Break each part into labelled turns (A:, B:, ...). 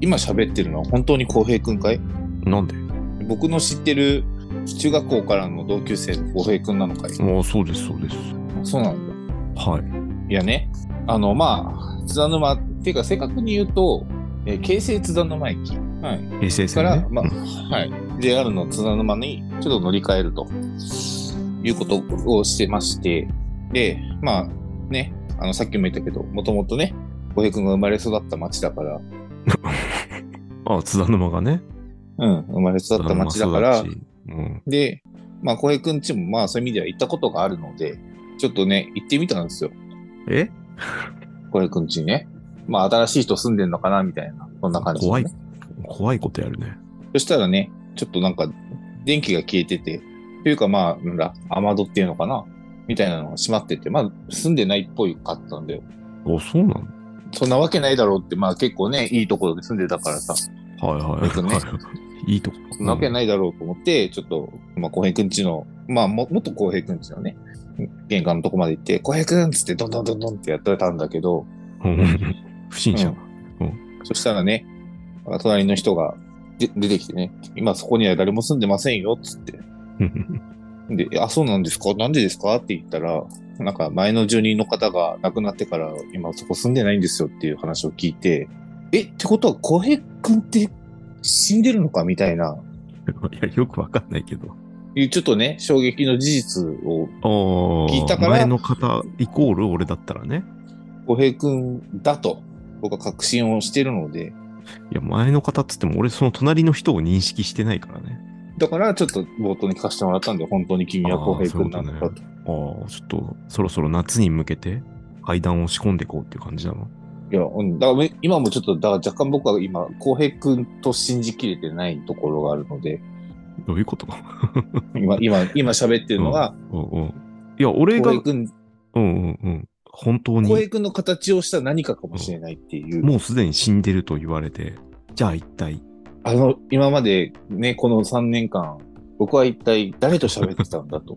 A: 今喋ってるのは本当に浩平くんかい
B: なんで
A: 僕の知ってる中学校からの同級生の浩平くんなのかい
B: ああ、そうです、そうです。
A: そうなん
B: はい。
A: だ。いやね、あの、まあ、津田沼、っていうか正確に言うと、えー京成津田沼駅。はい。
B: 平成
A: か
B: 線
A: ら、
B: ね。
A: まあ
B: うん
A: はい、JR の津田沼にちょっと乗り換えるということをしてまして、で、まあね、あのさっきも言ったけど、もともとね、小平君が生まれ育った町だから、
B: ああ、津田沼がね。
A: うん、生まれ育った町だから
B: 津、田沼育ち
A: で、まあ小平君ちもまあそういう意味では行ったことがあるので、ちょっとね、行ってみたんですよ、
B: うん、え
A: 小平君ちにね。まあ新しい人住んでんのかなみたいな、そんな感じ、
B: 怖い。怖いことやるね。
A: そしたらね、ちょっとなんか、電気が消えてて、というかまあ、なんだ、雨戸っていうのかなみたいなのが閉まってて、まあ、住んでないっぽいかったんだよ。
B: あ、そうなの
A: そんなわけないだろうって、まあ結構ね、いいところで住んでたからさ、そ
B: はいは
A: よく ね
B: い。いいとこ。
A: んなわけないだろうと思って、ちょっと、まあ、浩平くんちの、まあ、も、元浩平くんちのね、玄関のとこまで行って、浩平くんっつって、どんどんどんどんってやってたんだけど、
B: うん 不審者。
A: そしたらね、隣の人がで出てきてね、今そこには誰も住んでませんよ、っつって。
B: うん
A: で、あ、そうなんですかなんでですかって言ったら、なんか前の住人の方が亡くなってから今そこ住んでないんですよっていう話を聞いて、え、ってことは浩平くんって死んでるのかみたいな、
B: いや、よくわかんないけど。
A: いうちょっとね、衝撃の事実を
B: ああ、
A: 聞いたから
B: 前の方、イコール俺だったらね。
A: 浩平くんだと僕は確信をしてるので、
B: いや、前の方っつっても俺その隣の人を認識してないからね。
A: だからちょっと冒頭に聞かせてもらったんで、本当に君は浩平くんなのか。
B: あーそういうことああ、ちょっとそろそろ夏に向けて階段を仕込んでいこうっていう感じなの。
A: いや、うん、だから今もちょっと、だから若干僕は今、浩平くんと信じきれてないところがあるので、
B: どういうこと か。
A: 今、今、今喋ってるのが、
B: うんうん。いや、俺
A: 浩
B: が、う
A: 平
B: ん
A: くん
B: うんうん。本当
A: 浩平
B: に
A: 君の形をした何かかもしれないっていう、
B: もうすでに死んでると言われて、じゃあ一体、
A: あの、今までね、この3年間、僕は一体誰と喋ってたん だと。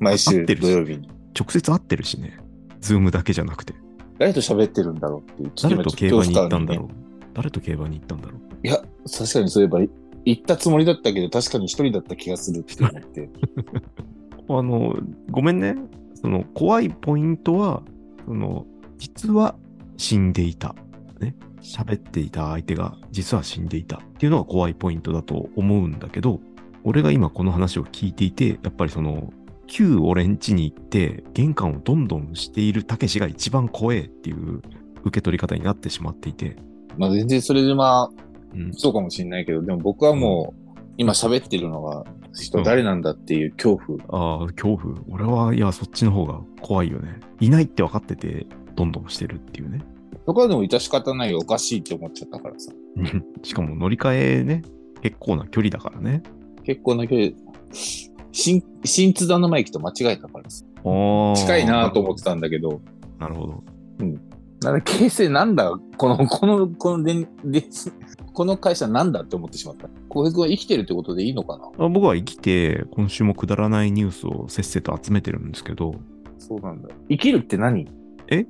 A: 毎
B: 合
A: 週
B: ってる
A: 土曜日に。
B: 直接会ってるしね。ズームだけじゃなくて。
A: 誰と喋ってるんだろうっていう。ちょっ
B: 誰
A: 今
B: と競馬に行ったんだ
A: 恐怖感
B: ろう。誰と競馬に行ったんだろう。
A: にねいや、確かにそういえば、行ったつもりだったけど、確かに一人だった気がするって思って。
B: あの、ごめんね。その、怖いポイントは、その、実は死んでいた。ね。喋っていた相手が実は死んでいたっていうのが怖いポイントだと思うんだけど、俺が今この話を聞いていて、やっぱりその、旧俺ん家に行って、玄関をどんどんしているたけしが一番怖えっていう受け取り方になってしまっていて、
A: まあ全然それでまあ、
B: うん、
A: そうかもしれないけど、でも僕はもう、今喋ってるのが、人誰なんだっていう恐怖。
B: ああ、恐怖。俺は、いや、そっちの方が怖いよね。いないって分かってて、どんどんしてるっていうね。
A: そこはでも致し方ないおかしいって思っちゃったからさ。
B: うんしかも乗り換えね、結構な距離だからね。
A: 結構な距離、新、新津田沼駅と間違えたからさ近
B: 近
A: いなと思ってたんだけど、
B: なるほど。
A: なんだ、京成なんだこの、この、この電、電この会社なんだって思ってしまった。浩平君は生きてるってことでいいのかな
B: あ僕は生きて、今週もくだらないニュースをせっせと集めてるんですけど、
A: そうなんだ。生きるって何
B: え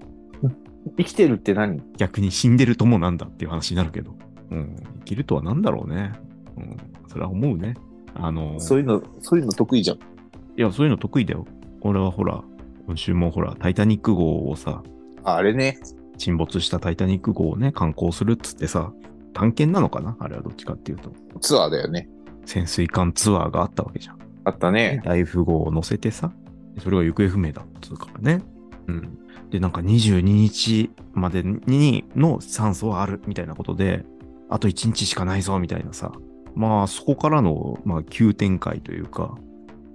A: 生きてるって何
B: 逆に死んでるともなんだっていう話になるけど、うん、生きるとは何だろうね。うん、それは思うね。あの、
A: そういうの、そういうの得意じゃん。
B: いや、そういうの得意だよ。俺はほら、今週もほら、タイタニック号をさ、
A: ああれね。
B: 沈没したタイタニック号をね、観光するっつってさ、探検なのかなあれはどっちかっていうと、
A: ツアーだよね。
B: 潜水艦ツアーがあったわけじゃん。
A: あったね。
B: 大富豪を乗せてさ、それが行方不明だっつうからね。うん。で、なんか22日までにの酸素はあるみたいなことで、あと1日しかないぞみたいなさ、まあそこからの、まあ、急展開というか、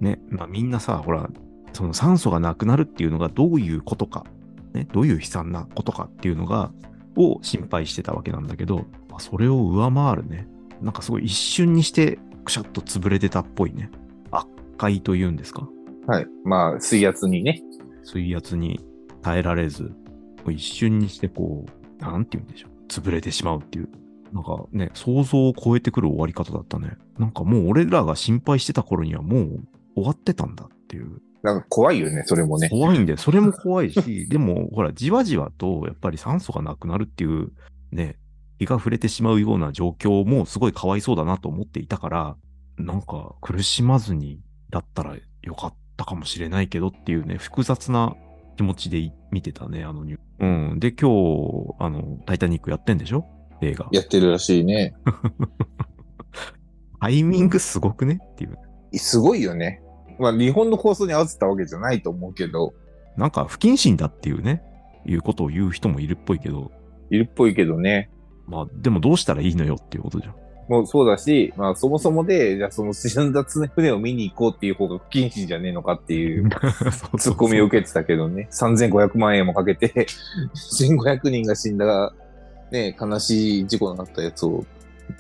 B: ね、まあみんなさ、ほら、その酸素がなくなるっていうのがどういうことか、ね、どういう悲惨なことかっていうのが、を心配してたわけなんだけど、まあそれを上回るね。なんかすごい一瞬にして、くしゃっと潰れてたっぽいね。海というんですか
A: はい。まあ、水圧にね。
B: 水圧に耐えられず、もう一瞬にしてこう、なんて言うんでしょう。潰れてしまうっていう。なんかね、想像を超えてくる終わり方だったね。なんかもう俺らが心配してた頃にはもう終わってたんだっていう。
A: なんか怖いよね、それもね。
B: 怖いんで、そ れも怖いし、でもほら、じわじわとやっぱり酸素がなくなるっていうね、気が触れてしまうような状況もすごいかわいそうだなと思っていたから、なんか苦しまずにだったらよかったかもしれないけどっていうね、複雑な気持ちでい見てたね、あのニューうん。で、今日、あの、タイタニックやってんでしょ映画。
A: やってるらしいね。
B: タイミングすごくねっていう。
A: すごいよね。まあ、日本の放送に合わせたわけじゃないと思うけど、
B: なんか不謹慎だっていうね、いうことを言う人もいるっぽいけど、
A: いるっぽいけどね。
B: まあ、でもどうしたらいいのよっていうことじゃん。
A: もうそうだし、まあ、そもそもで、じゃあその沈んだ船を見に行こうっていう方が不謹慎じゃねえのかって いうツッコミを受けてたけどね。3500万円もかけて、1500人が死んだ、ね、悲しい事故になったやつを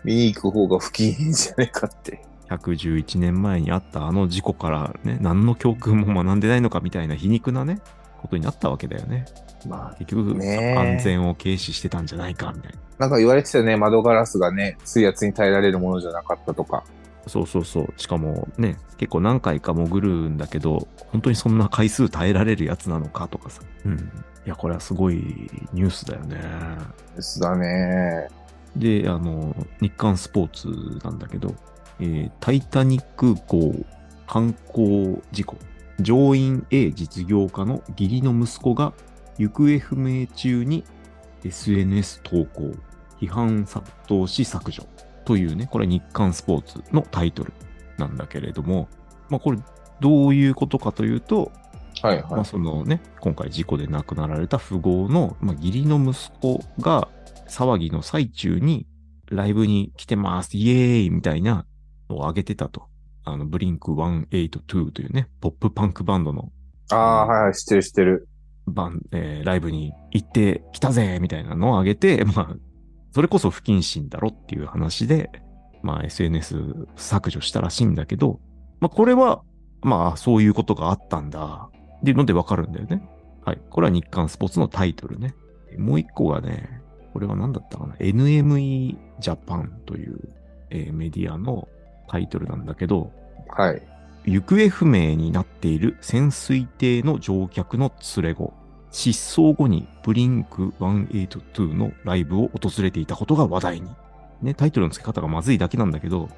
A: 見に行く方が不謹慎じゃねえかって。
B: 111年前にあったあの事故からね、何の教訓も学んでないのかみたいな皮肉なね、ことになったわけだよね。
A: まあ、
B: 結局、
A: ねえ
B: 安全を軽視してたんじゃないかみたいな。
A: なんか言われてたよね、窓ガラスがね、水圧に耐えられるものじゃなかったとか。
B: そうそうそう。しかもね、結構何回か潜るんだけど、本当にそんな回数耐えられるやつなのかとかさ。うん。いや、これはすごいニュースだよね。
A: ですだね。
B: で、あの、日刊スポーツなんだけど、えータイタニック号観光事故、乗員 A 実業家の義理の息子が行方不明中に SNS 投稿、批判殺到し削除というね、これ日刊スポーツのタイトルなんだけれども、まあこれどういうことかというと、
A: はい
B: ま
A: は
B: あ、そのね、今回事故で亡くなられた富豪の、まあ、義理の息子が騒ぎの最中にライブに来てます、イエーイみたいなのを上げてたと。あの、ブリンク182というね、ポップパンクバンドの
A: い。ああ、はいはい、知ってる知ってる。
B: バン、えーライブに行ってきたぜみたいなのを上げて、 まあ、それこそ不謹慎だろっていう話で、まあ SNS 削除したらしいんだけど、まあこれは、まあそういうことがあったんだっていうのでわかるんだよね。はい。これは日刊スポーツのタイトルね。もう一個がね、これは何だったかな ?NME ジャパンという、えーメディアのタイトルなんだけど、
A: はい。
B: 行方不明になっている潜水艇の乗客の連れ子、失踪後にブリンク182のライブを訪れていたことが話題に。ね、タイトルの付け方がまずいだけなんだけど、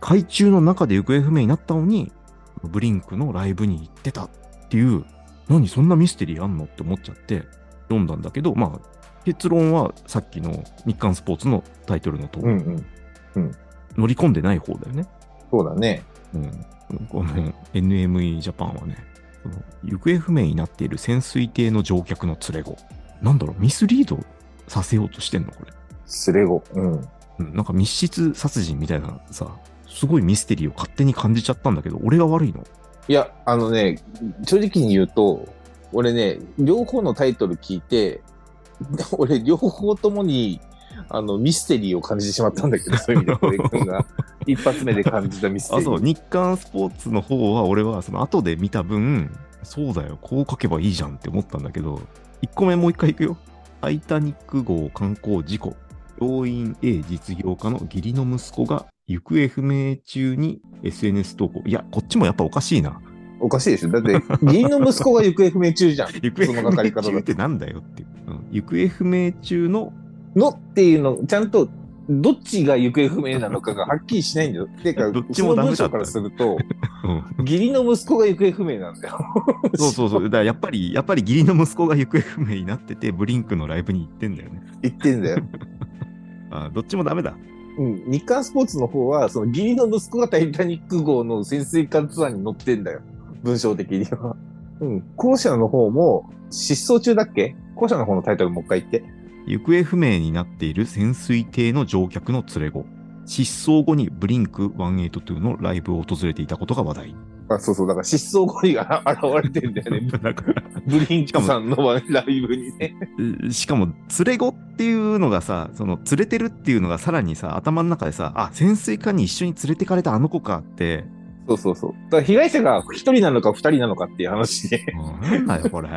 B: 海中の中で行方不明になったのに、ブリンクのライブに行ってたっていう、何そんなミステリーあんのって思っちゃって読んだんだけど、まあ、結論はさっきの日刊スポーツのタイトルの通り、
A: うんうん。
B: 乗り込んでない方だよね。
A: そうだね。
B: うん、この NME ジャパンはね、その行方不明になっている潜水艇の乗客の連れ子。なんだろう、ミスリードさせようとしてんのこれ。
A: スレゴ。うん。
B: うん、なんか密室殺人みたいなさ、すごいミステリーを勝手に感じちゃったんだけど、俺が悪いの
A: いや、あのね、正直に言うと、俺ね、両方のタイトル聞いて、 俺両方ともに、あの、ミステリーを感じてしまったんだけど、そういう意味で、小池君が一発目で感じたミステ
B: あ、
A: リー。
B: そう、日刊スポーツの方は、俺はその後で見た分、そうだよ、こう書けばいいじゃんって思ったんだけど、1個目もう一回いくよ。タイタニック号観光事故。病院 A 実業家の義理の息子が行方不明中に SNS 投稿。いや、こっちもやっぱおかしいな。
A: おかしいでしょだって、義理の息子が行方不明中じゃん。
B: 行方
A: その
B: 不
A: 書か
B: 明
A: れ方
B: 中
A: だ
B: ってなんだよっていう。うん、行方不明中の
A: のっていうの、ちゃんと、どっちが行方不明なのかがはっきりしないんだよ。てか、
B: どっち
A: そ
B: も
A: の
B: ダ
A: 文
B: メだった
A: 章からすると、
B: うん
A: 義理の息子が行方不明なんだよ。
B: そうそうそう。だからやっぱり、やっぱり義理の息子が行方不明になってて、ブリンクのライブに行ってんだよね。
A: 言ってんだよ。
B: あどっちもダメだ。
A: うん、日刊スポーツの方は、その義理の息子がタイタニック号の潜水艦ツアーに乗ってんだよ。文章的には。うん。校舎の方も、失踪中だっけ校舎の方のタイトルもう一回言って。
B: 行方不明になっている潜水艇の乗客の連れ子。失踪後にブリンク182のライブを訪れていたことが話題に。
A: あ、そうそう。だから失踪後にあ現れてんだよね。
B: だから
A: ブリンクさんのライブにね。
B: しかも、連れ子っていうのがさ、その連れてるっていうのがさらにさ、頭の中でさ、あ、潜水艦に一緒に連れてかれたあの子かって、
A: そうそうそう。だから被害者が一人なのか二人なのかっていう話 で、
B: うんなんだよこれ。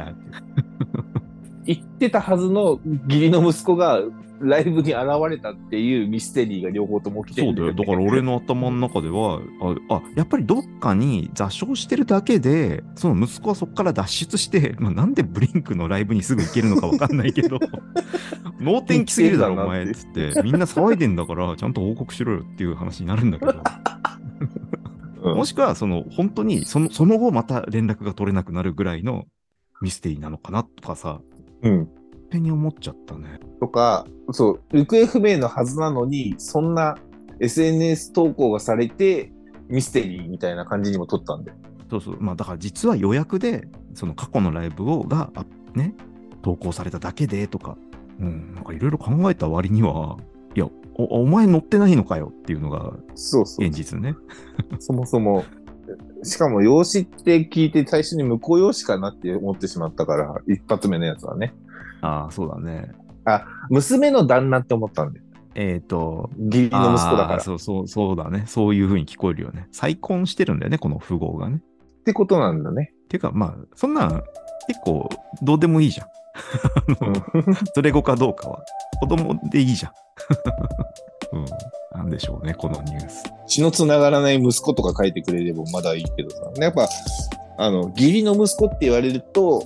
A: 言ってたはずの義理の息子がライブに現れたっていうミステリーが両方とも起きて
B: そ
A: る
B: う
A: ん
B: だ
A: だ
B: よ。
A: よね
B: だから俺の頭の中では、あ、あやっぱりどっかに座礁してるだけで、その息子はそこから脱出して、まあ、なんでブリンクのライブにすぐ行けるのかわかんないけど、脳天気すぎるだろ、
A: 生
B: お
A: きてんだ
B: 前。
A: なって
B: つって、みんな騒いでんだから、ちゃんと報告しろよっていう話になるんだけど。
A: うん
B: もしくは、その、本当にその、その後また連絡が取れなくなるぐらいのミステリーなのかなとかさ、
A: うん。
B: 勝手に思っちゃったね。
A: とか、そう、行方不明のはずなのに、そんな SNS 投稿がされて、ミステリーみたいな感じにも撮ったんだよ。
B: そうそう。まあ、だから実は予約で、その過去のライブを、が、あね、投稿されただけでとか、うん、なんかいろいろ考えた割には、いや、お、お前乗ってないのかよっていうのが
A: そうそう。
B: 現実ね。
A: そもそも。しかも、養子って聞いて最初に向こう養子かなって思ってしまったから、一発目のやつはね。
B: ああ、そうだね。
A: 娘の旦那って思ったんだよ。
B: えっ、と、
A: 義理の息子だか
B: あー
A: ら。
B: そうそう、そうだね。そういうふうに聞こえるよね。再婚してるんだよね、この富豪がね。
A: ってことなんだね。
B: ていうか、まあ、そんなん、結構、どうでもいいじゃん。あの それ後かどうかは。子供でいいじゃん。 うん。なんでしょうね、このニュース。
A: 血のつながらない息子とか書いてくれればまだいいけどさ、やっぱ、あの、義理の息子って言われると、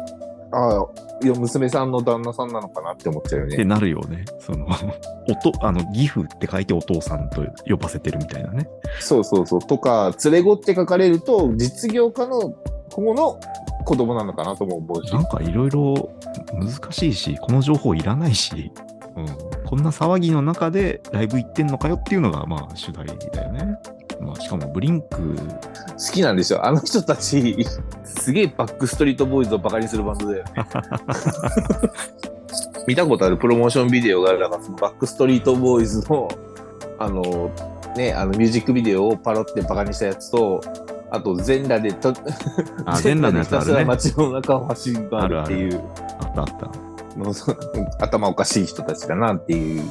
A: ああ、いや、娘さんの旦那さんなのかなって思っちゃうよ
B: って
A: ね。
B: なるよね。その、 おと、あの、義父って書いてお父さんと呼ばせてるみたいなね。
A: そうそうそう。とか、連れ子って書かれると、実業家の子の子供なのかなとも思うし
B: な。んかいろいろ難しいし、この情報いらないし、うん、こんな騒ぎの中でライブ行ってんのかよっていうのが、まあ、主題だよね。まあ、しかもブリンク、
A: 好きなんでしょ。あの人たち、すげえバックストリートボーイズをバカにするバンド だよね。見たことあるプロモーションビデオがある中、そのバックストリートボーイズの、あの、ね、あのミュージックビデオをパロってバカにしたやつと、あと全裸でと、
B: あ、全裸の
A: 全裸で
B: やつあるね。
A: ひたすら街の中を走り回るっていう、
B: あったあった。
A: もうそ頭おかしい人たちだなっていう